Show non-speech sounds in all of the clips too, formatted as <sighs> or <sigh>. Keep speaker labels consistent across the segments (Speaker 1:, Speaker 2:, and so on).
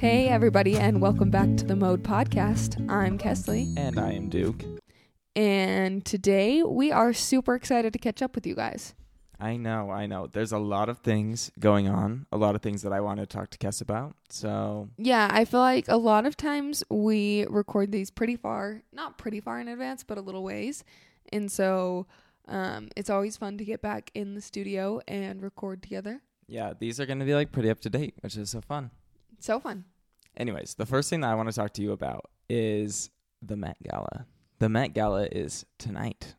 Speaker 1: Hey, everybody, and welcome back to the Mode Podcast. I'm Kesley,
Speaker 2: And I am Duke.
Speaker 1: and today we are super excited to catch up with you guys.
Speaker 2: I know, I know. There's a lot of things going on, a lot of things that I want to talk to Kes about. So,
Speaker 1: Yeah, I feel like a lot of times we record these pretty far, not pretty far in advance, but a little ways. And so um, it's always fun to get back in the studio and record together.
Speaker 2: yeah, these are going to be like pretty up to date, which is so fun.
Speaker 1: It's so fun.
Speaker 2: Anyways, the first thing that I want to talk to you about is the Met Gala. The Met Gala is tonight,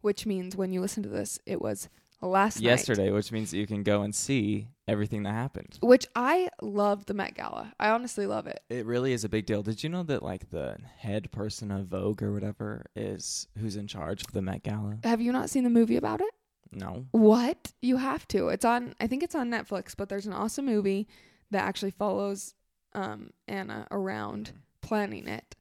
Speaker 1: Which means when you listen to this, it was last night.
Speaker 2: yesterday, which means you can go and see everything that happened.
Speaker 1: Which I love the Met Gala. I honestly love it.
Speaker 2: It really is a big deal. Did you know that like the head person of Vogue or whatever is who's in charge of the Met Gala?
Speaker 1: Have you not seen the movie about it?
Speaker 2: No.
Speaker 1: What? You have to. It's on I think it's on Netflix, but there's an awesome movie that actually follows um Anna around planning it.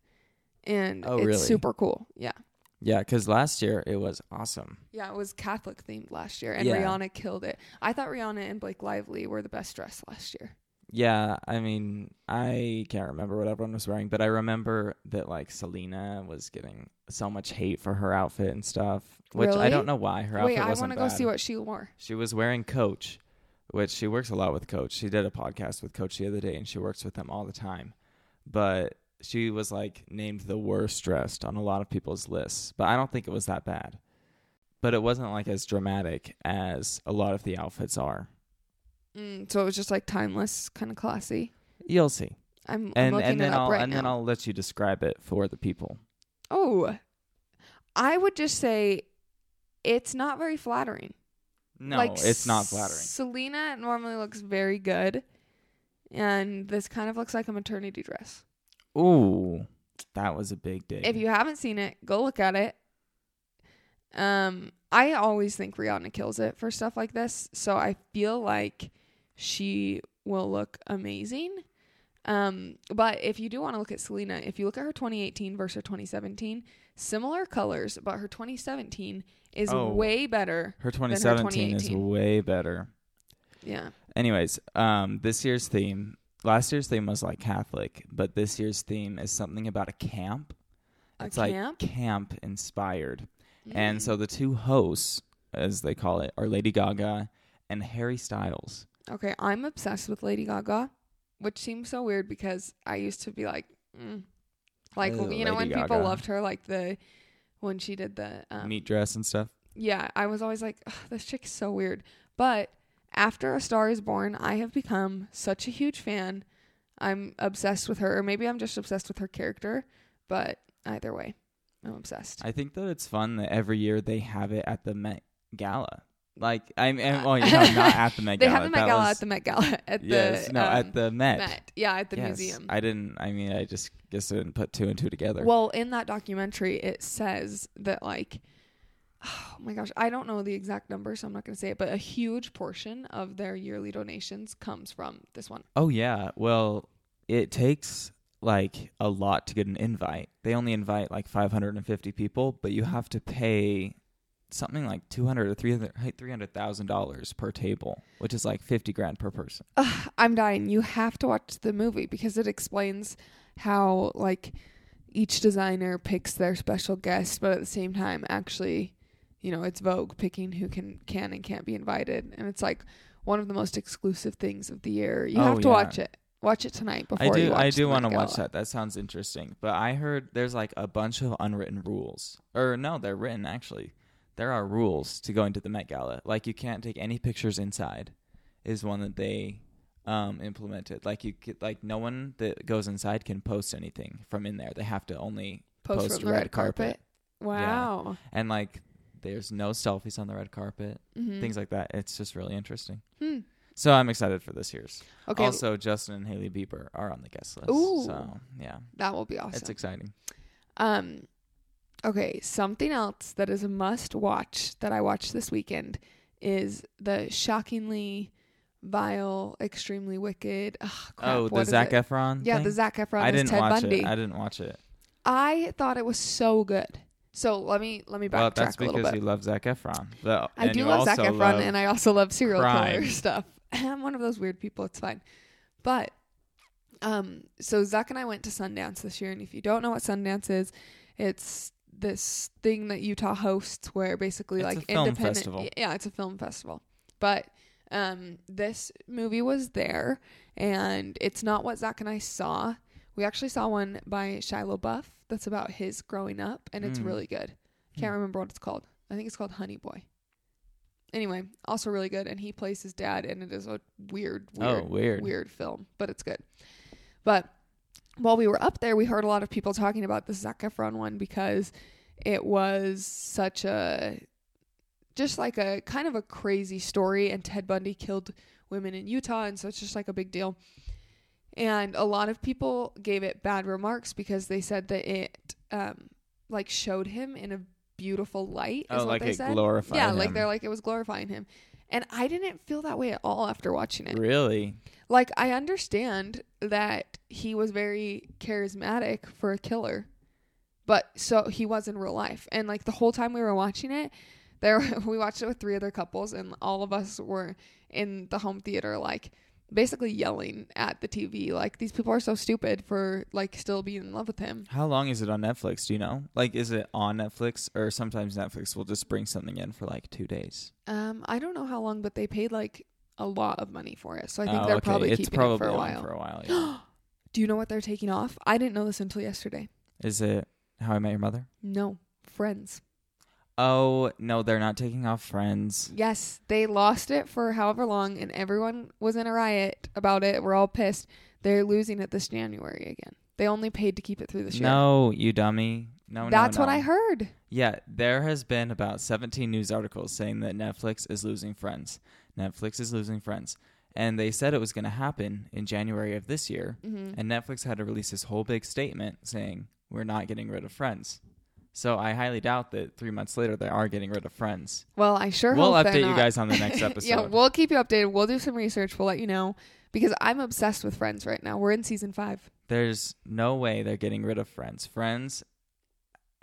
Speaker 1: And
Speaker 2: Hmm. Oh,
Speaker 1: it's
Speaker 2: really?
Speaker 1: super cool. Yeah.
Speaker 2: Yeah, because last year it was awesome.
Speaker 1: Yeah, it was Catholic themed last year and
Speaker 2: Yeah.
Speaker 1: Rihanna killed it. I thought Rihanna and Blake Lively were the best dressed last year.
Speaker 2: Yeah, I mean, I can't remember what everyone was wearing, but I remember that like Selena was getting so much hate for her outfit and stuff, which I
Speaker 1: Really?
Speaker 2: don't know why her
Speaker 1: Wait,
Speaker 2: outfit
Speaker 1: I
Speaker 2: wasn't
Speaker 1: want to go
Speaker 2: bad.
Speaker 1: see what she wore.
Speaker 2: she was wearing Coach, which she works a lot with Coach. She did a podcast with Coach the other day, and she works with them all the time. But she was like named the worst dressed on a lot of people's lists, but I don't think it was that bad. But it wasn't like as dramatic as a lot of the outfits are.
Speaker 1: Mm, so it was just like timeless, kind of classy.
Speaker 2: You'll see.
Speaker 1: I'm, I'm
Speaker 2: and
Speaker 1: looking
Speaker 2: and
Speaker 1: it
Speaker 2: then
Speaker 1: up
Speaker 2: I'll
Speaker 1: right
Speaker 2: and
Speaker 1: now.
Speaker 2: then I'll let you describe it for the people.
Speaker 1: Oh, I would just say it's not very flattering.
Speaker 2: No,
Speaker 1: like,
Speaker 2: it's not flattering.
Speaker 1: Selena normally looks very good, and this kind of looks like a maternity dress.
Speaker 2: Ooh, that was a big dig.
Speaker 1: If you haven't seen it, go look at it. Um, I always think Rihanna kills it for stuff like this, so I feel like she will look amazing. Um, but if you do want to look at Selena, if you look at her 2018 versus her 2017, similar colors, but her 2017 is
Speaker 2: Oh.
Speaker 1: way better.
Speaker 2: her 2017 is
Speaker 1: 2018.
Speaker 2: way better.
Speaker 1: Yeah.
Speaker 2: Anyways, um, this year's theme, last year's theme was like Catholic, but this year's theme is something about a camp.
Speaker 1: A
Speaker 2: it's
Speaker 1: camp?
Speaker 2: like camp inspired. And so the two hosts, as they call it, are Lady Gaga and Harry Styles.
Speaker 1: Okay, I'm obsessed with Lady Gaga, which seems so weird because I used to be like, mm. like
Speaker 2: Ew,
Speaker 1: you know when
Speaker 2: Lady
Speaker 1: people
Speaker 2: Gaga.
Speaker 1: loved her, like the when she did the um,
Speaker 2: Meat dress and stuff.
Speaker 1: yeah, I was always like, "Ugh, this chick's so weird. But after A Star Is Born, I have become such a huge fan. I'm obsessed with her, or maybe I'm just obsessed with her character. But either way, I'm obsessed.
Speaker 2: I think that it's fun that every year they have it at the Met Gala. Like I'm, I'm well, you know, not
Speaker 1: <laughs>
Speaker 2: at the Met
Speaker 1: they
Speaker 2: Gala.
Speaker 1: have the Met
Speaker 2: That
Speaker 1: Gala
Speaker 2: was-
Speaker 1: at the Met Gala at the
Speaker 2: yes, no,
Speaker 1: um,
Speaker 2: at the Met.
Speaker 1: Met. Yeah, at the
Speaker 2: Yes.
Speaker 1: museum.
Speaker 2: I didn't. I mean, I just guess I didn't put two and two together.
Speaker 1: Well, in that documentary, it says that like, <sighs> oh my gosh, I don't know the exact number, so I'm not going to say it, but a huge portion of their yearly donations comes from this one.
Speaker 2: oh yeah. Well, it takes like a lot to get an invite. They only invite like 550 people, but you have to pay something like 200 or 300 300,000 dollars per table, which is like 50 grand per person.
Speaker 1: Ugh, I'm dying. You have to watch the movie because it explains how like each designer picks their special guest, but at the same time, actually, you know, it's Vogue picking who can can and can't be invited, and it's like one of the most exclusive things of the year. You
Speaker 2: Oh,
Speaker 1: have to
Speaker 2: yeah.
Speaker 1: watch it. Watch it tonight before
Speaker 2: I
Speaker 1: You
Speaker 2: do.
Speaker 1: watch
Speaker 2: I do
Speaker 1: want to
Speaker 2: watch that. That sounds interesting. But I heard there's like a bunch of unwritten rules, or no, they're written actually. There are rules to going to the Met Gala. Like you can't take any pictures inside, is one that they um, implemented. Like you, could, like no one that goes inside can post anything from in there. They have to only
Speaker 1: post,
Speaker 2: post
Speaker 1: from the red, carpet. Wow.
Speaker 2: and like there's no selfies on the red carpet,
Speaker 1: Mm.
Speaker 2: things like that. It's just really interesting.
Speaker 1: Mm-hmm. Hmm.
Speaker 2: So I'm excited for this year's.
Speaker 1: Okay,
Speaker 2: Also, Justin and Haley Bieber are on the guest list.
Speaker 1: Ooh.
Speaker 2: So yeah,
Speaker 1: that will be awesome.
Speaker 2: it's exciting.
Speaker 1: um, okay, something else that is a must watch that I watched this weekend is the shockingly vile, extremely wicked. Ugh, crap,
Speaker 2: oh,
Speaker 1: what
Speaker 2: the
Speaker 1: is
Speaker 2: Zac
Speaker 1: it?
Speaker 2: Efron.
Speaker 1: Yeah,
Speaker 2: thing?
Speaker 1: the Zac Efron
Speaker 2: I
Speaker 1: is
Speaker 2: didn't
Speaker 1: Ted
Speaker 2: watch
Speaker 1: Bundy.
Speaker 2: it. I
Speaker 1: I-,
Speaker 2: didn't watch it.
Speaker 1: thought it was so good. So let me let me backtrack
Speaker 2: well, that's
Speaker 1: a little
Speaker 2: because
Speaker 1: bit.
Speaker 2: you love Zac Efron. The-
Speaker 1: I
Speaker 2: and
Speaker 1: do
Speaker 2: you
Speaker 1: love Zac
Speaker 2: also
Speaker 1: Efron,
Speaker 2: love-
Speaker 1: and I also love serial killer <laughs>
Speaker 2: crime.
Speaker 1: stuff. I'm one of those weird people. It's fine, but um, so Zach and I went to Sundance this year, and if you don't know what Sundance is, it's this thing that Utah hosts where basically
Speaker 2: It's
Speaker 1: like
Speaker 2: a film
Speaker 1: independent,
Speaker 2: festival.
Speaker 1: yeah, it's a film festival. But um, this movie was there, and it's not what Zach and I saw. We actually saw one by Shia LaBeouf that's about his growing up, and it's
Speaker 2: Mm.
Speaker 1: really good. Can't
Speaker 2: Hmm.
Speaker 1: remember what it's called. I think it's called Honey Boy. Anyway, also really good, and he plays his dad, and it is a weird, weird,
Speaker 2: oh, weird.
Speaker 1: weird film, but it's good. But while we were up there, we heard a lot of people talking about the Zac Efron one because it was such a just like a kind of a crazy story and Ted Bundy killed women in Utah and so it's just like a big deal. And a lot of people gave it bad remarks because they said that it um like showed him in a beautiful light is
Speaker 2: Oh,
Speaker 1: what
Speaker 2: like
Speaker 1: they
Speaker 2: it
Speaker 1: said.
Speaker 2: glorified.
Speaker 1: yeah, like
Speaker 2: him.
Speaker 1: they're like it was glorifying him. And I didn't feel that way at all after watching it
Speaker 2: really.
Speaker 1: like I understand that he was very charismatic for a killer, but so he was in real life. And like the whole time we were watching it, there <laughs> we watched it with three other couples, and all of us were in the home theater, like basically yelling at the TV, like these people are so stupid for like still being in love with him.
Speaker 2: How long is it on Netflix? Do you know? Like, is it on Netflix, or sometimes Netflix will just bring something in for like two days?
Speaker 1: Um, I don't know how long, but they paid like a lot of money for it, so I think
Speaker 2: Oh,
Speaker 1: they're
Speaker 2: okay.
Speaker 1: probably
Speaker 2: it's
Speaker 1: keeping
Speaker 2: probably
Speaker 1: it for a
Speaker 2: on
Speaker 1: while.
Speaker 2: For
Speaker 1: <gasps>
Speaker 2: a while, yeah.
Speaker 1: Do you know what they're taking off? I didn't know this until yesterday.
Speaker 2: is it How I Met Your Mother?
Speaker 1: No, Friends.
Speaker 2: Oh no, they're not taking off Friends.
Speaker 1: Yes, they lost it for however long, and everyone was in a riot about it. We're all pissed. They're losing it this January again. They only paid to keep it through this year.
Speaker 2: No, you dummy. No, no,
Speaker 1: that's what
Speaker 2: no.
Speaker 1: I heard.
Speaker 2: Yeah, there has been about 17 news articles saying that Netflix is losing friends. Netflix is losing friends. And they said it was going to happen in January of this year.
Speaker 1: Mhm.
Speaker 2: And Netflix had to release this whole big statement saying, we're not getting rid of friends. So I highly doubt that three months later they are getting rid of friends.
Speaker 1: Well, I sure
Speaker 2: we'll
Speaker 1: hope they're
Speaker 2: update you
Speaker 1: not. <laughs>
Speaker 2: guys on the next episode.
Speaker 1: yeah, we'll keep you updated. We'll do some research. We'll let you know because I'm obsessed with Friends right now. We're in season five.
Speaker 2: There's no way they're getting rid of friends. Friends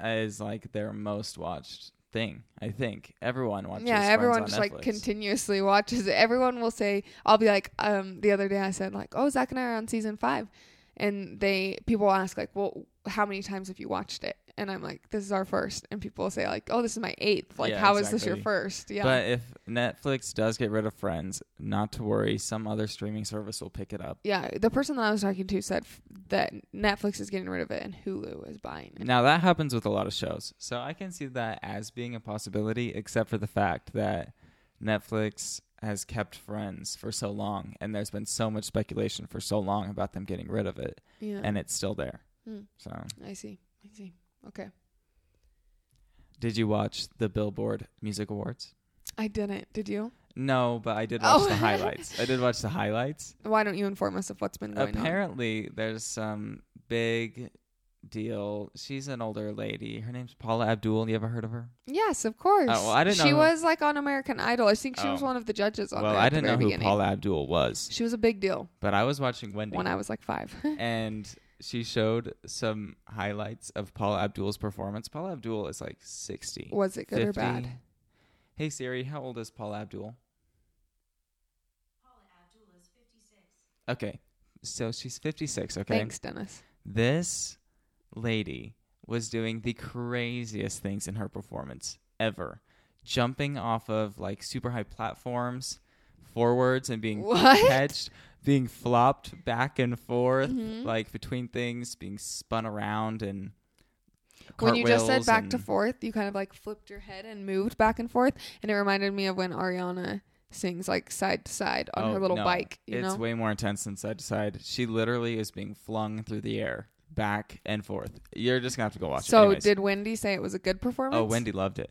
Speaker 2: is like their most watched thing, I think. Everyone watches
Speaker 1: yeah,
Speaker 2: Friends
Speaker 1: everyone
Speaker 2: on
Speaker 1: just like
Speaker 2: Netflix.
Speaker 1: continuously watches it. Everyone will say, I'll be like, um, the other day I said like, oh, Zach and I are on season five, and they people will ask like, well, how many times have you watched it? And I'm like, this is our first, and people will say like, oh, this is my eighth. Like,
Speaker 2: Yeah,
Speaker 1: how is this your
Speaker 2: exactly.
Speaker 1: first? Yeah,
Speaker 2: But if Netflix does get rid of Friends, not to worry, some other streaming service will pick it up.
Speaker 1: yeah. The person that I was talking to said f- that Netflix is getting rid of it and Hulu is buying it.
Speaker 2: Now that happens with a lot of shows. So I can see that as being a possibility except for the fact that Netflix has kept Friends for so long and there's been so much speculation for so long about them getting rid of it
Speaker 1: Yeah,
Speaker 2: and it's still there.
Speaker 1: Hmm.
Speaker 2: So,
Speaker 1: I see. I see. Okay,
Speaker 2: did you watch the Billboard Music Awards?
Speaker 1: I didn't. Did you?
Speaker 2: No, but I did watch
Speaker 1: Oh.
Speaker 2: the highlights. I did watch the highlights.
Speaker 1: Why don't you inform us of what's been going on?
Speaker 2: Apparently, there's some big deal. She's an older lady. Her name's Paula Abdul. You ever heard of her?
Speaker 1: Yes, of course.
Speaker 2: Oh, well, I didn't
Speaker 1: she
Speaker 2: know who-
Speaker 1: was like on American Idol. I think she was
Speaker 2: Oh.
Speaker 1: one of the judges on
Speaker 2: well,
Speaker 1: there.
Speaker 2: I
Speaker 1: at the
Speaker 2: didn't know
Speaker 1: very
Speaker 2: who
Speaker 1: beginning.
Speaker 2: Paula Abdul was,
Speaker 1: She was a big deal
Speaker 2: but I was watching Wendy,
Speaker 1: when I was like five.
Speaker 2: and she showed some highlights of Paula Abdul's performance. Paula Abdul is like 60.
Speaker 1: <laughs> was it good or
Speaker 2: 50.
Speaker 1: bad?
Speaker 2: Hey Siri, how old is Paula Abdul? Paula Abdul is 56. Okay, so she's 56. Okay,
Speaker 1: Thanks, Dennis.
Speaker 2: this lady was doing the craziest things in her performance ever jumping off of like super high platforms forwards and being
Speaker 1: What?
Speaker 2: catched being flopped back and forth
Speaker 1: Mhm.
Speaker 2: like between things being spun around and
Speaker 1: When you just said
Speaker 2: cartwheels
Speaker 1: back to
Speaker 2: and-
Speaker 1: forth, you kind of like flipped your head and moved back and forth, and it reminded me of when Ariana sings like side to side on her
Speaker 2: Oh,
Speaker 1: little
Speaker 2: no.
Speaker 1: bike. You
Speaker 2: it's
Speaker 1: know,
Speaker 2: way more intense than side to side she literally is being flung through the air back and forth you're just gonna have to go watch it
Speaker 1: so
Speaker 2: Anyways.
Speaker 1: did Wendy say it was a good performance?
Speaker 2: Oh, Wendy loved it.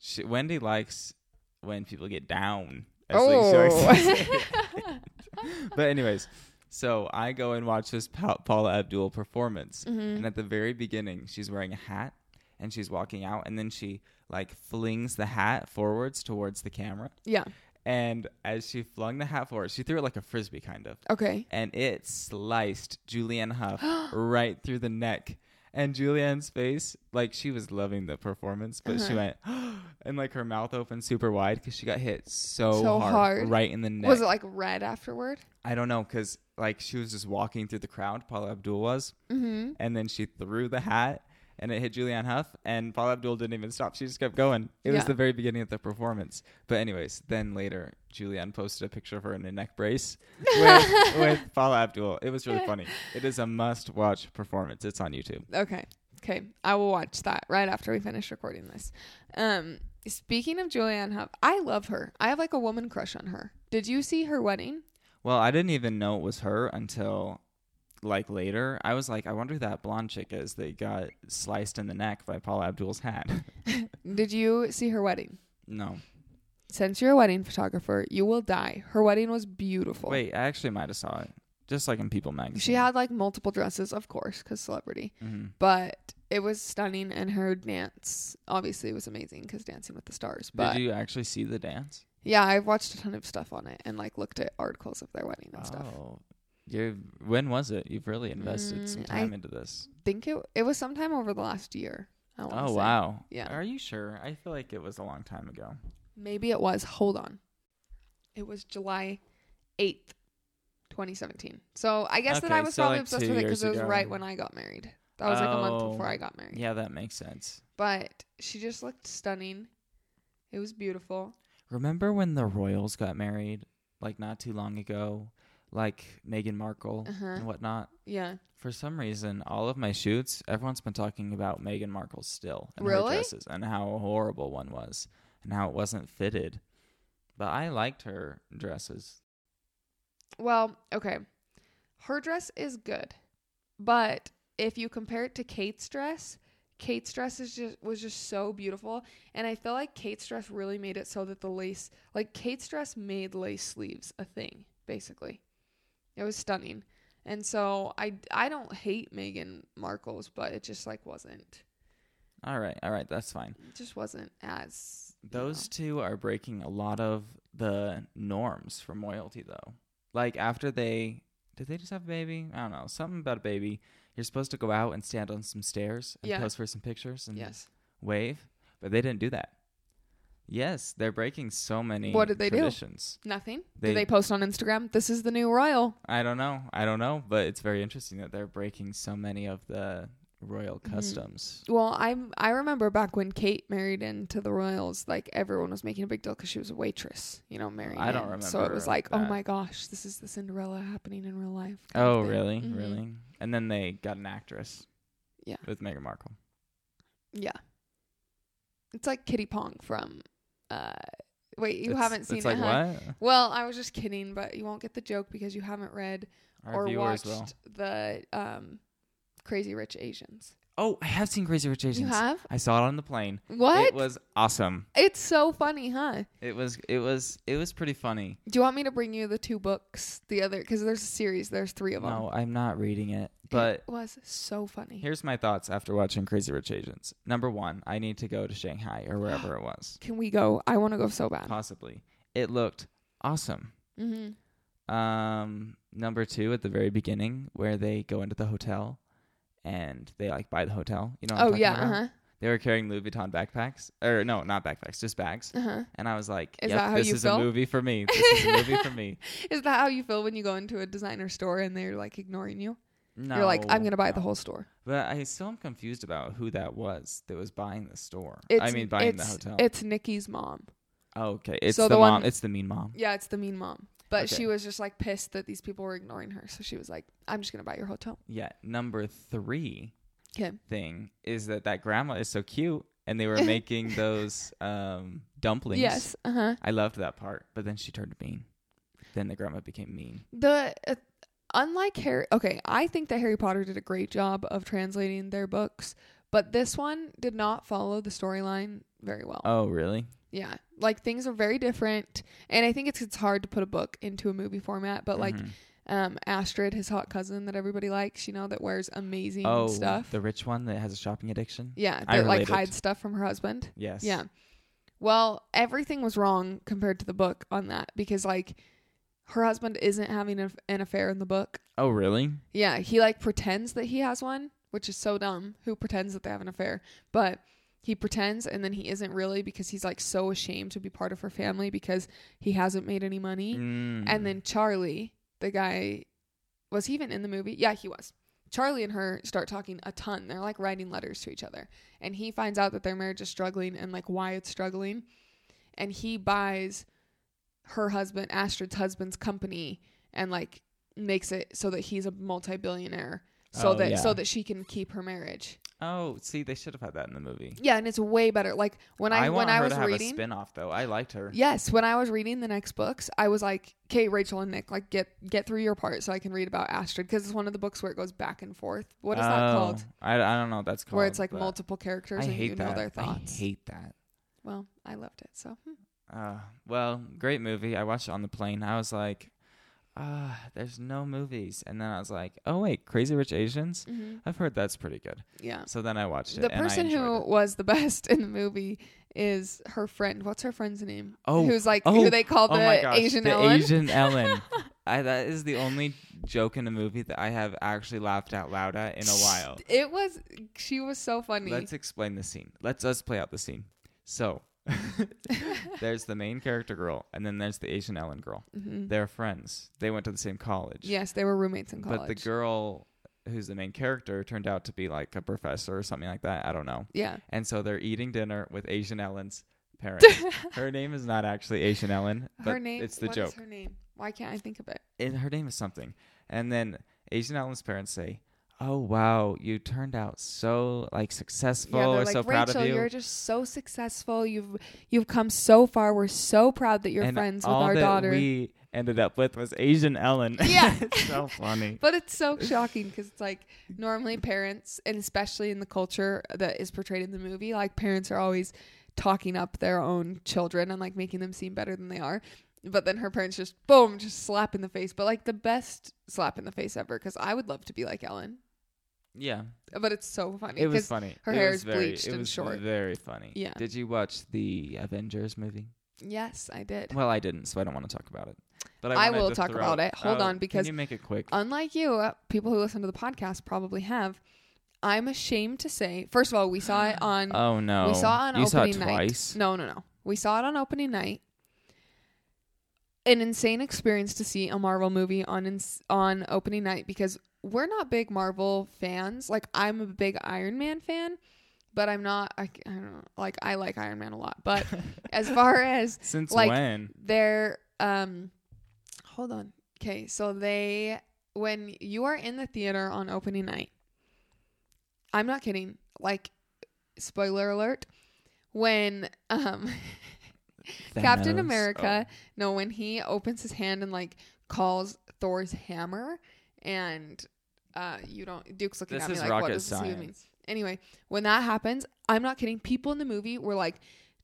Speaker 2: She, Wendy likes when people get down. as
Speaker 1: Oh,
Speaker 2: she likes
Speaker 1: <laughs>
Speaker 2: to say. but anyways, so I go and watch this pa- Paula Abdul performance,
Speaker 1: Mm-hmm.
Speaker 2: and at the very beginning, she's wearing a hat and she's walking out, and then she like flings the hat forwards towards the camera,
Speaker 1: yeah.
Speaker 2: and as she flung the hat forward, she threw it like a frisbee, kind of
Speaker 1: Okay. <gasps>
Speaker 2: and it sliced Julianne Hough right through the neck. And Julianne's face, like she was loving the performance, but she
Speaker 1: Uh-huh.
Speaker 2: went <gasps> and like her mouth opened super wide because she got hit so,
Speaker 1: So
Speaker 2: hard,
Speaker 1: hard.
Speaker 2: right in the neck.
Speaker 1: Was it like red afterward?
Speaker 2: I don't know because like she was just walking through the crowd. Paula Abdul was,
Speaker 1: Mm-hmm.
Speaker 2: and then she threw the hat and it hit Julianne Huff and Paula Abdul didn't even stop. She just kept going. It was
Speaker 1: Yeah.
Speaker 2: the very beginning of the performance. But anyways, then later Julianne posted a picture of her in a
Speaker 1: <laughs>
Speaker 2: neck brace with, with Paula Abdul. It was really funny. It is a must-watch performance. It's on YouTube.
Speaker 1: Okay. Okay. I will watch that right after we finish recording this. Um, speaking of Julianne Hough, I love her. I have like a woman crush on her. Did you see her wedding?
Speaker 2: Well, I didn't even know it was her until like later. I was like, I wonder who that blonde chick is that got sliced in the neck by Paula Abdul's hat. <laughs>
Speaker 1: Did you see her wedding?
Speaker 2: no.
Speaker 1: Since you're a wedding photographer, you will die. Her wedding was beautiful.
Speaker 2: Wait, I actually might have saw it. Just like in People magazine.
Speaker 1: She had like multiple dresses, of course, because celebrity.
Speaker 2: Mhm.
Speaker 1: But it was stunning, and her dance obviously was amazing because Dancing with the Stars. But
Speaker 2: Did you actually see the dance?
Speaker 1: yeah, I've watched a ton of stuff on it and like looked at articles of their wedding and stuff.
Speaker 2: Oh. You when was it? You've really invested some
Speaker 1: Mm, I-
Speaker 2: time into this.
Speaker 1: Think it it was sometime over the last year. I wanna
Speaker 2: Oh
Speaker 1: say.
Speaker 2: wow.
Speaker 1: Yeah.
Speaker 2: Are you sure? I feel like it was a long time ago.
Speaker 1: Maybe it was. Hold on. It was July 8th, 2017. So I guess that
Speaker 2: Okay,
Speaker 1: I was
Speaker 2: so,
Speaker 1: probably
Speaker 2: like,
Speaker 1: obsessed
Speaker 2: two
Speaker 1: with it
Speaker 2: years
Speaker 1: because it was
Speaker 2: ago.
Speaker 1: right when I got married. That was like a month
Speaker 2: Oh.
Speaker 1: before I got married.
Speaker 2: Yeah, that makes sense.
Speaker 1: But she just looked stunning. It was beautiful.
Speaker 2: Remember when the royals got married like not too long ago, like Meghan Markle
Speaker 1: Uh-huh.
Speaker 2: and whatnot?
Speaker 1: Yeah.
Speaker 2: For some reason, all of my shoots, everyone's been talking about Meghan Markle still and her
Speaker 1: Really?
Speaker 2: dresses and how horrible one was and how it wasn't fitted. But I liked her dresses.
Speaker 1: Well, okay. Her dress is good. But if you compare it to Kate's dress, Kate's dress is just was just so beautiful and I feel like Kate's dress really made it so that the lace like Kate's dress made lace sleeves a thing, basically. It was stunning. And so I I don't hate Meghan Markle's, but it just like wasn't
Speaker 2: All right, all right, that's fine.
Speaker 1: it just wasn't as you know.
Speaker 2: Those two are breaking a lot of the norms from royalty, though. Like after they did, they just have a baby. I don't know something about a baby. You're supposed to go out and stand on some stairs and
Speaker 1: Yeah.
Speaker 2: pose for some pictures and
Speaker 1: Yes.
Speaker 2: wave, but they didn't do that. Yes, they're breaking so many.
Speaker 1: What did they do?
Speaker 2: traditions.
Speaker 1: Nothing.
Speaker 2: They-
Speaker 1: Did they post on Instagram? This is the new royal.
Speaker 2: I don't know. I don't know, but it's very interesting that they're breaking so many of the royal
Speaker 1: Mm-hmm.
Speaker 2: customs.
Speaker 1: Well, I I remember back when Kate married into the royals, like everyone was making a big deal because she was a waitress, you know, marrying.
Speaker 2: I don't
Speaker 1: in. So it
Speaker 2: remember
Speaker 1: was like, oh
Speaker 2: that.
Speaker 1: my gosh, this is the Cinderella happening in real life. kind of
Speaker 2: Oh,
Speaker 1: thing.
Speaker 2: really?
Speaker 1: Mhm.
Speaker 2: Really? And then they got an actress.
Speaker 1: Yeah.
Speaker 2: With Meghan Markle.
Speaker 1: Yeah. It's like Kitty Pong from. uh Wait, you
Speaker 2: It's-
Speaker 1: haven't seen
Speaker 2: it's
Speaker 1: it?
Speaker 2: like
Speaker 1: huh?
Speaker 2: what?
Speaker 1: Well, I was just kidding, but you won't get the joke because you haven't read
Speaker 2: Our
Speaker 1: or
Speaker 2: viewers
Speaker 1: watched
Speaker 2: will.
Speaker 1: the um, Crazy Rich Asians.
Speaker 2: Oh, I have seen Crazy Rich Asians.
Speaker 1: You have
Speaker 2: I saw it on the plane.
Speaker 1: what?
Speaker 2: It was awesome.
Speaker 1: it's so funny, huh?
Speaker 2: It was it was it was pretty funny.
Speaker 1: Do you want me to bring you the two books? The other because there's a series. There's three of them.
Speaker 2: No, I'm not reading it. But
Speaker 1: it was so funny.
Speaker 2: here's my thoughts after watching Crazy Rich Asians. Number one, I need to go to Shanghai or wherever
Speaker 1: <gasps>
Speaker 2: it was.
Speaker 1: Can we go? I want to go so bad.
Speaker 2: Possibly. It looked awesome.
Speaker 1: Mm-hmm.
Speaker 2: Um number two at the very beginning where they go into the hotel and they like buy the hotel. You know what I'm
Speaker 1: Oh
Speaker 2: talking
Speaker 1: yeah,
Speaker 2: about?
Speaker 1: uh
Speaker 2: They were carrying Louis Vuitton backpacks. Or no, not backpacks, just bags.
Speaker 1: huh, uh huh.
Speaker 2: And I was like,
Speaker 1: Is
Speaker 2: yep,
Speaker 1: that how
Speaker 2: this
Speaker 1: you
Speaker 2: is
Speaker 1: feel?
Speaker 2: a movie for me. This is a movie for me.
Speaker 1: Is that how you feel when you go into a designer store and they're like ignoring you? <laughs>
Speaker 2: No.
Speaker 1: You're like, I'm gonna buy the
Speaker 2: no.
Speaker 1: whole store.
Speaker 2: But I still am confused about who that was that was buying the store.
Speaker 1: It's,
Speaker 2: I mean, buying the
Speaker 1: it's-
Speaker 2: hotel.
Speaker 1: It's Nikki's mom.
Speaker 2: oh, okay. It's
Speaker 1: so
Speaker 2: the,
Speaker 1: the
Speaker 2: mom.
Speaker 1: one-
Speaker 2: It's the mean mom.
Speaker 1: Yeah, it's the mean mom. But
Speaker 2: Okay.
Speaker 1: she was just like pissed that these people were ignoring her, so she was like, "I'm just gonna buy your hotel."
Speaker 2: Yeah. Number three
Speaker 1: Okay.
Speaker 2: thing is that that grandma is so cute, and
Speaker 1: <laughs>
Speaker 2: they were making those um, dumplings.
Speaker 1: Yes. Uh huh.
Speaker 2: I loved that part, but then she turned mean. Then the grandma became mean.
Speaker 1: the uh, unlike Harry okay, I think that Harry Potter did a great job of translating their books, but this one did not follow the storyline very well.
Speaker 2: Oh, really?
Speaker 1: yeah. Like things are very different and I think it's it's hard to put a book into a movie format, but like
Speaker 2: Mhm.
Speaker 1: um Astrid, his hot cousin that everybody likes, you know, that wears amazing
Speaker 2: oh,
Speaker 1: stuff.
Speaker 2: the rich one that has a shopping addiction.
Speaker 1: yeah,
Speaker 2: I
Speaker 1: that like
Speaker 2: related.
Speaker 1: hides stuff from her husband.
Speaker 2: Yes.
Speaker 1: Yeah. Well, everything was wrong compared to the book on that because like her husband isn't having a, an affair in the book.
Speaker 2: Oh, really?
Speaker 1: Yeah, he like pretends that he has one, which is so dumb, who pretends that they have an affair. But he pretends and then he isn't really because he's like so ashamed to be part of her family because he hasn't made any money.
Speaker 2: Mm. Mm-hmm.
Speaker 1: And then Charlie, the guy, was he even in the movie? Yeah, he was. Charlie and her start talking a ton. They're like writing letters to each other. And he finds out that their marriage is struggling and like why it's struggling. And he buys her husband, Astrid's husband's company, and like makes it so that he's a multi billionaire. So
Speaker 2: Oh,
Speaker 1: that
Speaker 2: yeah.
Speaker 1: so that she can keep her marriage.
Speaker 2: oh, see, they should have had that in the movie.
Speaker 1: Yeah, and it's way better. Like when I,
Speaker 2: want
Speaker 1: when I
Speaker 2: her
Speaker 1: was
Speaker 2: to have a
Speaker 1: reading,
Speaker 2: spin-off, though. I liked her.
Speaker 1: yes, when I was reading the next books, I was like, "Okay, Rachel and Nick, like get get through your part so I can read about Astrid because it's one of the books where it goes back and forth. What is that
Speaker 2: Oh,
Speaker 1: called?
Speaker 2: I, I don't know what that's called.
Speaker 1: where it's like
Speaker 2: but
Speaker 1: multiple characters
Speaker 2: I
Speaker 1: and
Speaker 2: hate
Speaker 1: you
Speaker 2: that.
Speaker 1: know their thoughts.
Speaker 2: I hate that.
Speaker 1: well, I loved it. So hmm.
Speaker 2: Uh, well, great movie. I watched it on the plane. I was like, ah, there's no movies. And then I was like, oh, wait, Crazy Rich Asians?
Speaker 1: Mhm.
Speaker 2: I've heard that's pretty good.
Speaker 1: yeah,
Speaker 2: So then I watched it.
Speaker 1: the
Speaker 2: and I
Speaker 1: person who
Speaker 2: enjoyed it.
Speaker 1: was the <laughs> best in the movie is her friend. What's her friend's name?
Speaker 2: Oh,
Speaker 1: who's like
Speaker 2: oh,
Speaker 1: who they call
Speaker 2: oh my
Speaker 1: the
Speaker 2: gosh,
Speaker 1: Asian
Speaker 2: the
Speaker 1: Ellen? <laughs>
Speaker 2: Asian Ellen. I, that is the only joke in a movie that I have actually laughed out loud at in a while.
Speaker 1: It was she was so funny.
Speaker 2: Let's explain the scene. Let's us play out the scene. So <laughs> there's the main character girl, and then there's the Asian Ellen girl.
Speaker 1: Mhm.
Speaker 2: They're friends. They went to the same college.
Speaker 1: Yes, they were roommates in college.
Speaker 2: But the girl who's the main character turned out to be like a professor or something like that. I don't know.
Speaker 1: yeah.
Speaker 2: And so they're eating dinner with Asian Ellen's
Speaker 1: <laughs>
Speaker 2: parents. her name is not actually Asian Ellen, but
Speaker 1: her name.
Speaker 2: it's the
Speaker 1: what is
Speaker 2: joke.
Speaker 1: her name? Why can't I think of it?
Speaker 2: it, her name is something. And then Asian Ellen's parents say, "Oh wow, you turned out so like successful.
Speaker 1: yeah,
Speaker 2: We're
Speaker 1: they're like
Speaker 2: so
Speaker 1: Rachel.
Speaker 2: proud of you."
Speaker 1: are just so successful. You've you've come so far. We're so proud that you're
Speaker 2: and
Speaker 1: friends with
Speaker 2: all
Speaker 1: our
Speaker 2: that
Speaker 1: daughter.
Speaker 2: we ended up with was Asian Ellen.
Speaker 1: <laughs> Yeah.
Speaker 2: <laughs> it's so funny.
Speaker 1: but it's so shocking because it's like normally parents, and especially in the culture that is portrayed in the movie, like parents are always talking up their own children and like making them seem better than they are. But then her parents just boom, just slap in the face. But like the best slap in the face ever because I would love to be like Ellen.
Speaker 2: Yeah,
Speaker 1: But it's so funny.
Speaker 2: it was
Speaker 1: 'cause-
Speaker 2: funny.
Speaker 1: her
Speaker 2: it
Speaker 1: hair
Speaker 2: was
Speaker 1: is
Speaker 2: very,
Speaker 1: bleached
Speaker 2: it
Speaker 1: and
Speaker 2: was
Speaker 1: short.
Speaker 2: Very funny.
Speaker 1: Yeah.
Speaker 2: Did you watch the Avengers movie?
Speaker 1: Yes, I did.
Speaker 2: Well, I didn't, so I don't want to talk about it. But
Speaker 1: I
Speaker 2: wanted
Speaker 1: will
Speaker 2: to
Speaker 1: talk
Speaker 2: throw-
Speaker 1: about it. Hold
Speaker 2: Oh,
Speaker 1: on,
Speaker 2: can
Speaker 1: because
Speaker 2: you make it quick.
Speaker 1: unlike you, uh, people who listen to the podcast probably have. I'm ashamed to say. First of all, we saw
Speaker 2: <gasps>
Speaker 1: it on.
Speaker 2: oh no,
Speaker 1: we saw it on
Speaker 2: you
Speaker 1: opening
Speaker 2: saw it
Speaker 1: night.
Speaker 2: twice.
Speaker 1: No, no, no. We saw it on opening night. An insane experience to see a Marvel movie on ins- on opening night because we're not big Marvel fans. Like I'm a big Iron Man fan, but I'm not. I, c- I don't know. Like I like Iron Man a lot,
Speaker 2: <laughs>
Speaker 1: but as far as
Speaker 2: Since
Speaker 1: like,
Speaker 2: when?
Speaker 1: they're um hold on okay so they when you are in the theater on opening night i'm not kidding like spoiler alert when um captain
Speaker 2: Thanos?
Speaker 1: america
Speaker 2: Oh.
Speaker 1: no when he opens his hand and like calls thor's hammer and uh you don't duke's looking
Speaker 2: This
Speaker 1: at me
Speaker 2: is
Speaker 1: like what
Speaker 2: rocket
Speaker 1: does this even mean
Speaker 2: science.
Speaker 1: anyway when that happens i'm not kidding people in the movie were like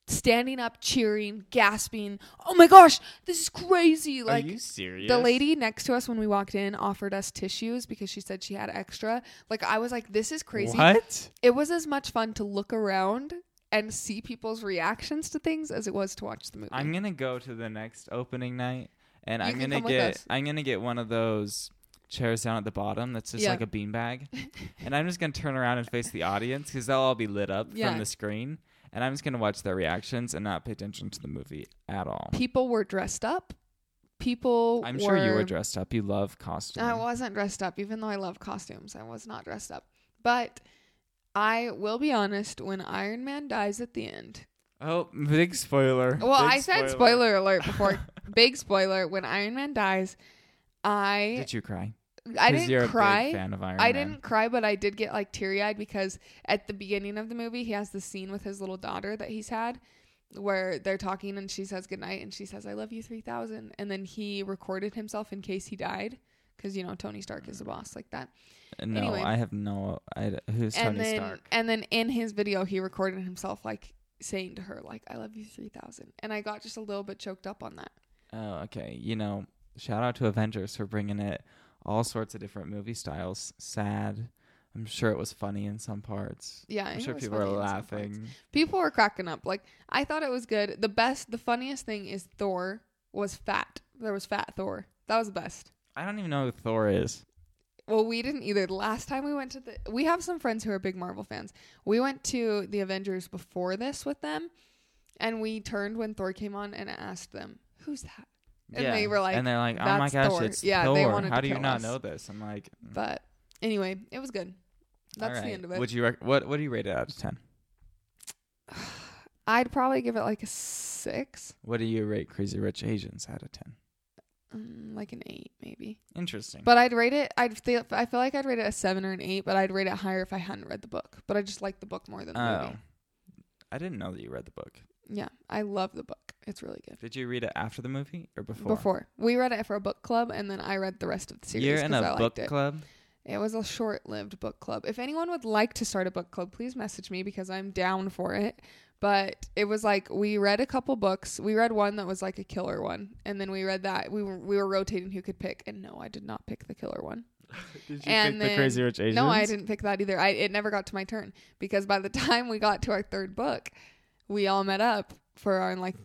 Speaker 1: standing up cheering gasping oh my gosh this is crazy
Speaker 2: Oh.
Speaker 1: like
Speaker 2: Are you serious?
Speaker 1: the lady next to us when we walked in offered us tissues because she said she had extra. Like I was like, this is crazy.
Speaker 2: What?
Speaker 1: It was as much fun to look around and see people's reactions to things as it was to watch the movie.
Speaker 2: I'm gonna go to the next opening night, and
Speaker 1: You
Speaker 2: I'm
Speaker 1: can
Speaker 2: gonna
Speaker 1: come with
Speaker 2: get
Speaker 1: us.
Speaker 2: I'm gonna get one of those chairs down at the bottom that's just
Speaker 1: Yeah.
Speaker 2: like
Speaker 1: <laughs>
Speaker 2: a beanbag, and I'm just gonna turn around and face the audience because they'll all be lit up
Speaker 1: Yeah.
Speaker 2: from the screen, and I'm just gonna watch their reactions and not pay attention to the movie at all.
Speaker 1: people were dressed up. People
Speaker 2: I'm sure you were
Speaker 1: were
Speaker 2: dressed up. You love costume.
Speaker 1: Oh, I wasn't dressed up, even though I love costumes. I was not dressed up. But I will be honest, when Iron Man dies at the
Speaker 2: <laughs>
Speaker 1: end.
Speaker 2: Oh, big spoiler.
Speaker 1: Well,
Speaker 2: Big
Speaker 1: I said spoiler alert before.
Speaker 2: <laughs>
Speaker 1: big spoiler. When Iron Man dies, I
Speaker 2: Did you cry?
Speaker 1: I
Speaker 2: 'Cause
Speaker 1: didn't
Speaker 2: you're A
Speaker 1: cry.
Speaker 2: big fan of Iron
Speaker 1: I
Speaker 2: Man.
Speaker 1: didn't cry, but I did get like teary eyed because at the beginning of the movie, he has the scene with his little daughter that he's had where they're talking and she says goodnight and she says, I love you 3000. And then he recorded himself in case he died because, you know, Tony Stark is the boss like that.
Speaker 2: No,
Speaker 1: Anyway.
Speaker 2: I have no. I, who's
Speaker 1: and
Speaker 2: Tony
Speaker 1: then,
Speaker 2: Stark?
Speaker 1: And then in his video, he recorded himself like saying to her, like, I love you 3000. And I got just a little bit choked up on that.
Speaker 2: Oh, okay. You know, shout out to Avengers for bringing it all sorts of different movie styles. Sad. I'm sure it was funny in some parts.
Speaker 1: Yeah.
Speaker 2: I'm
Speaker 1: it
Speaker 2: sure
Speaker 1: was
Speaker 2: people are
Speaker 1: funny in some points.
Speaker 2: laughing.
Speaker 1: people were cracking up. Like I thought it was good. The best, the funniest thing is Thor was fat. There was fat Thor. That was the best.
Speaker 2: I don't even know who Thor is.
Speaker 1: Well, we didn't either. The Last time we went to the, we have some friends who are big Marvel fans. We went to the Avengers before this with them, and we turned when Thor came on and asked them, "Who's that?" And
Speaker 2: yeah.
Speaker 1: they were like,
Speaker 2: and they're like, oh my
Speaker 1: "That's
Speaker 2: gosh,
Speaker 1: Thor."
Speaker 2: it's
Speaker 1: Yeah,
Speaker 2: Thor.
Speaker 1: they wanted
Speaker 2: How
Speaker 1: to
Speaker 2: do you
Speaker 1: kill
Speaker 2: not
Speaker 1: us.
Speaker 2: know this? I'm like, mm,
Speaker 1: But anyway, it was good. That's the
Speaker 2: alright.
Speaker 1: end of it.
Speaker 2: Would you rec- what What do you rate it out of ten?
Speaker 1: I'd probably give it like a six,
Speaker 2: What do you rate Crazy Rich Asians out of ten?
Speaker 1: mm, like an eight maybe.
Speaker 2: Interesting.
Speaker 1: But I'd rate it. I'd feel. I feel like I'd rate it a seven or an eight, but I'd rate it higher if I hadn't read the book. But I just like the book more than the
Speaker 2: oh,
Speaker 1: movie.
Speaker 2: I didn't know that you read the book.
Speaker 1: Yeah, I love the book. It's really good.
Speaker 2: Did you read it after the movie or before?
Speaker 1: Before. we read it for a book club, and then I read the rest of the series
Speaker 2: You're in
Speaker 1: because I
Speaker 2: a
Speaker 1: liked
Speaker 2: book
Speaker 1: it.
Speaker 2: club.
Speaker 1: It was a short-lived book club. If anyone would like to start a book club, please message me because I'm down for it. But it was like we read a couple books. We read one that was like a killer one, and then we read that we were we were rotating who could pick. And no, I did not pick the killer one.
Speaker 2: Did
Speaker 1: you And pick the then- Crazy
Speaker 2: Rich Asians?
Speaker 1: No, I didn't pick that either. I it never got to my turn because by the <laughs> time we got to our third book, we all met up for our like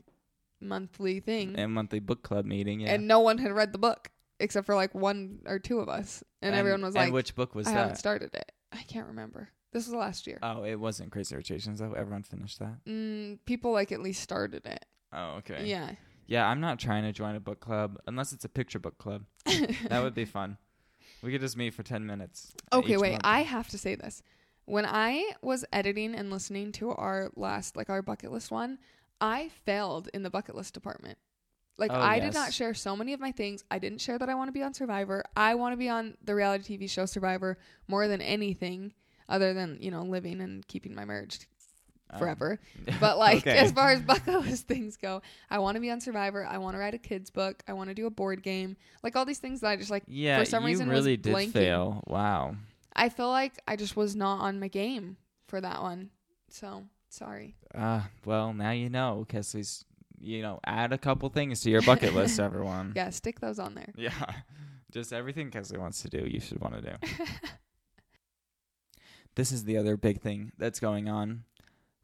Speaker 1: monthly thing,
Speaker 2: A monthly book club meeting. Yeah.
Speaker 1: and no one had read the book except for like one or two of us, and, everyone was
Speaker 2: and
Speaker 1: like,
Speaker 2: "Which book was
Speaker 1: "I haven't
Speaker 2: that?"
Speaker 1: started it. I can't remember. This was last year.
Speaker 2: oh, it wasn't Crazy Rich Asians. Though everyone finished that.
Speaker 1: Mm, people like at least started it.
Speaker 2: Oh, okay.
Speaker 1: Yeah,
Speaker 2: Yeah, I'm not trying to join a book club unless it's a picture book club.
Speaker 1: <laughs>
Speaker 2: that would be fun. We could just meet for ten minutes.
Speaker 1: Okay,
Speaker 2: each
Speaker 1: wait.
Speaker 2: month.
Speaker 1: I have to say this. When I was editing and listening to our last, like our bucket list one, I failed in the bucket list department. Like,
Speaker 2: Oh,
Speaker 1: I did
Speaker 2: yes.
Speaker 1: not share so many of my things. I didn't share that I want to be on Survivor. I want to be on the reality TV show Survivor more than anything other than, you know, living and keeping my marriage
Speaker 2: Um, <laughs>
Speaker 1: forever. But like
Speaker 2: Okay.
Speaker 1: as far as bucket <laughs> list things go, I want to be on Survivor. I want to write a kids book. I want to do a board game. Like all these things that I just like.
Speaker 2: yeah,
Speaker 1: for some
Speaker 2: you
Speaker 1: reason was
Speaker 2: really did
Speaker 1: blanking.
Speaker 2: fail. Wow.
Speaker 1: I feel like I just was not on my game for that one. So sorry.
Speaker 2: Uh, well, now you know, Kesley's. You know, add a couple things to your
Speaker 1: <laughs>
Speaker 2: bucket list, everyone.
Speaker 1: Yeah, stick those on there.
Speaker 2: <laughs>
Speaker 1: <laughs>
Speaker 2: Yeah. Just everything Kesley wants to do, you should want to do. this is the other big thing that's going on.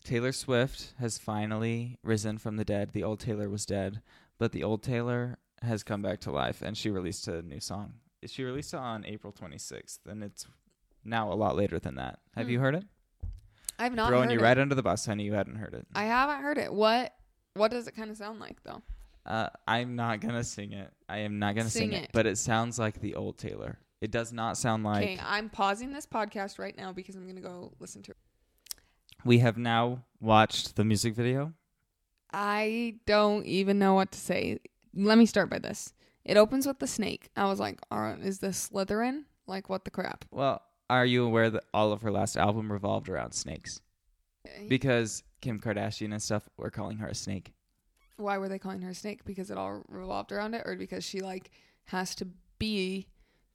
Speaker 2: Taylor Swift has finally risen from the dead. The old Taylor was dead, but the old Taylor has come back to life and she released a new song. She released it on April 26th, and it's now a lot later than that. Have
Speaker 1: Hmm.
Speaker 2: you heard it?
Speaker 1: I've not
Speaker 2: Throwing
Speaker 1: heard
Speaker 2: you
Speaker 1: it.
Speaker 2: right under the bus. I knew you hadn't heard it.
Speaker 1: I haven't heard it. What what does it kind of sound like though?
Speaker 2: Uh, I'm not gonna sing it. I am not gonna sing,
Speaker 1: Sing
Speaker 2: it.
Speaker 1: it.
Speaker 2: But it sounds like the old Taylor. It does not sound like
Speaker 1: Okay, I'm pausing this podcast right now because I'm gonna go listen to it.
Speaker 2: We have now watched the music video.
Speaker 1: I don't even know what to say. Let me start by this. It opens with the snake. I was like, all right, is this Slytherin? Like what the crap?
Speaker 2: Well, are you aware that all of her last album revolved around snakes? Because Kim Kardashian and stuff were calling her a snake.
Speaker 1: why were they calling her a snake? Because it all revolved around it, or because she like has to be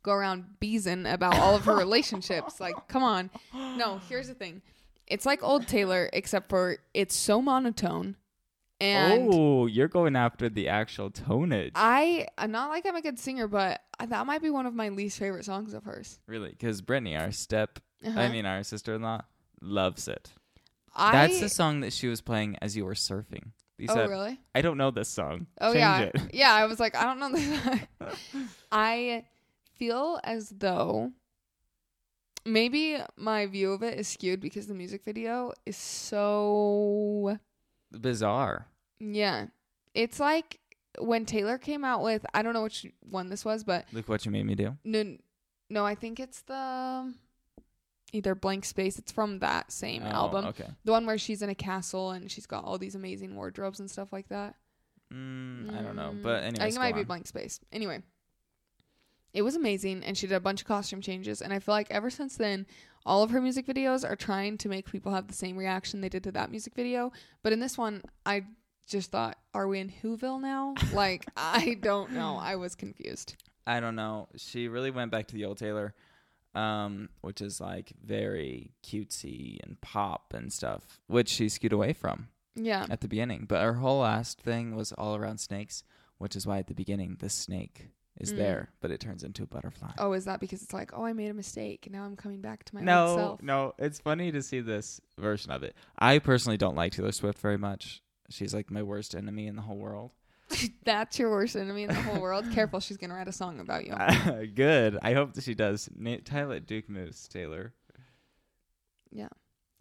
Speaker 1: go around beezing about all of her relationships. Like, come on. No, here's the thing. It's like old Taylor, except for it's so monotone. And
Speaker 2: oh, you're going after the actual tonage.
Speaker 1: I I'm not like I'm a good singer, but that might be one of my least favorite songs of hers.
Speaker 2: really? Because Brittany, our step,
Speaker 1: Uh-huh.
Speaker 2: I mean, our sister in law, loves it.
Speaker 1: I
Speaker 2: That's the song that she was playing as you were surfing. You
Speaker 1: Oh
Speaker 2: said,
Speaker 1: really?
Speaker 2: I don't know this song.
Speaker 1: Oh
Speaker 2: Change
Speaker 1: yeah.
Speaker 2: It. <laughs>
Speaker 1: Yeah, I was like, I don't know this. <laughs> I feel as though maybe my view of it is skewed because the music video is so
Speaker 2: Bizarre.
Speaker 1: yeah. It's like when Taylor came out with I don't know which one this was, but
Speaker 2: Look what you made me do.
Speaker 1: no no, I think it's the either blank space. It's from that same
Speaker 2: Oh,
Speaker 1: album.
Speaker 2: Okay.
Speaker 1: The one where she's in a castle and she's got all these amazing wardrobes and stuff like that.
Speaker 2: Mm, I don't know.
Speaker 1: Mm,
Speaker 2: But
Speaker 1: I
Speaker 2: anyway,
Speaker 1: think it might be blank space. Anyway, it was amazing, and she did a bunch of costume changes, and I feel like ever since then, all of her music videos are trying to make people have the same reaction they did to that music video. But in this one, I just thought, are we in Whoville now?
Speaker 2: <laughs>
Speaker 1: Like, I don't know. I was confused.
Speaker 2: I don't know. She really went back to the old Taylor, um, which is like very cutesy and pop and stuff, which she skewed away from
Speaker 1: Yeah,
Speaker 2: at the beginning. But her whole last thing was all around snakes, which is why at the beginning the snake is
Speaker 1: Mm.
Speaker 2: there, but it turns into a butterfly.
Speaker 1: Oh, is that because it's like, oh, I made a mistake. Now I'm coming back to my
Speaker 2: no,
Speaker 1: old self.
Speaker 2: no, it's funny to see this version of it. I personally don't like Taylor Swift very much. She's like my worst enemy in the whole world.
Speaker 1: That's your worst enemy in the whole
Speaker 2: <laughs>
Speaker 1: world. Careful, she's gonna write a song about you.
Speaker 2: Good. I hope that she does. Na- Title it Duke Moose Taylor.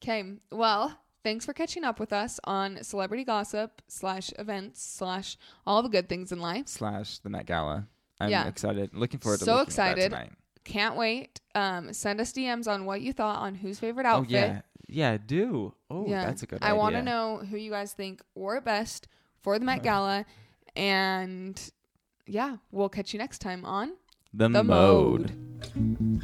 Speaker 1: Okay. Well, thanks for catching up with us on celebrity gossip slash events slash all the good things in life.
Speaker 2: slash the Met Gala. I'm
Speaker 1: Yeah.
Speaker 2: excited. Looking forward to
Speaker 1: So
Speaker 2: looking
Speaker 1: excited.
Speaker 2: At that tonight.
Speaker 1: Can't wait. Um, send us DMs on what you thought on whose favorite
Speaker 2: Oh
Speaker 1: outfit.
Speaker 2: yeah, yeah. Do oh that's a good.
Speaker 1: I want to
Speaker 2: idea.
Speaker 1: know who you guys think wore it best for the Met Gala, and yeah, we'll catch you next time on
Speaker 2: the,
Speaker 1: the
Speaker 2: mode.
Speaker 1: mode.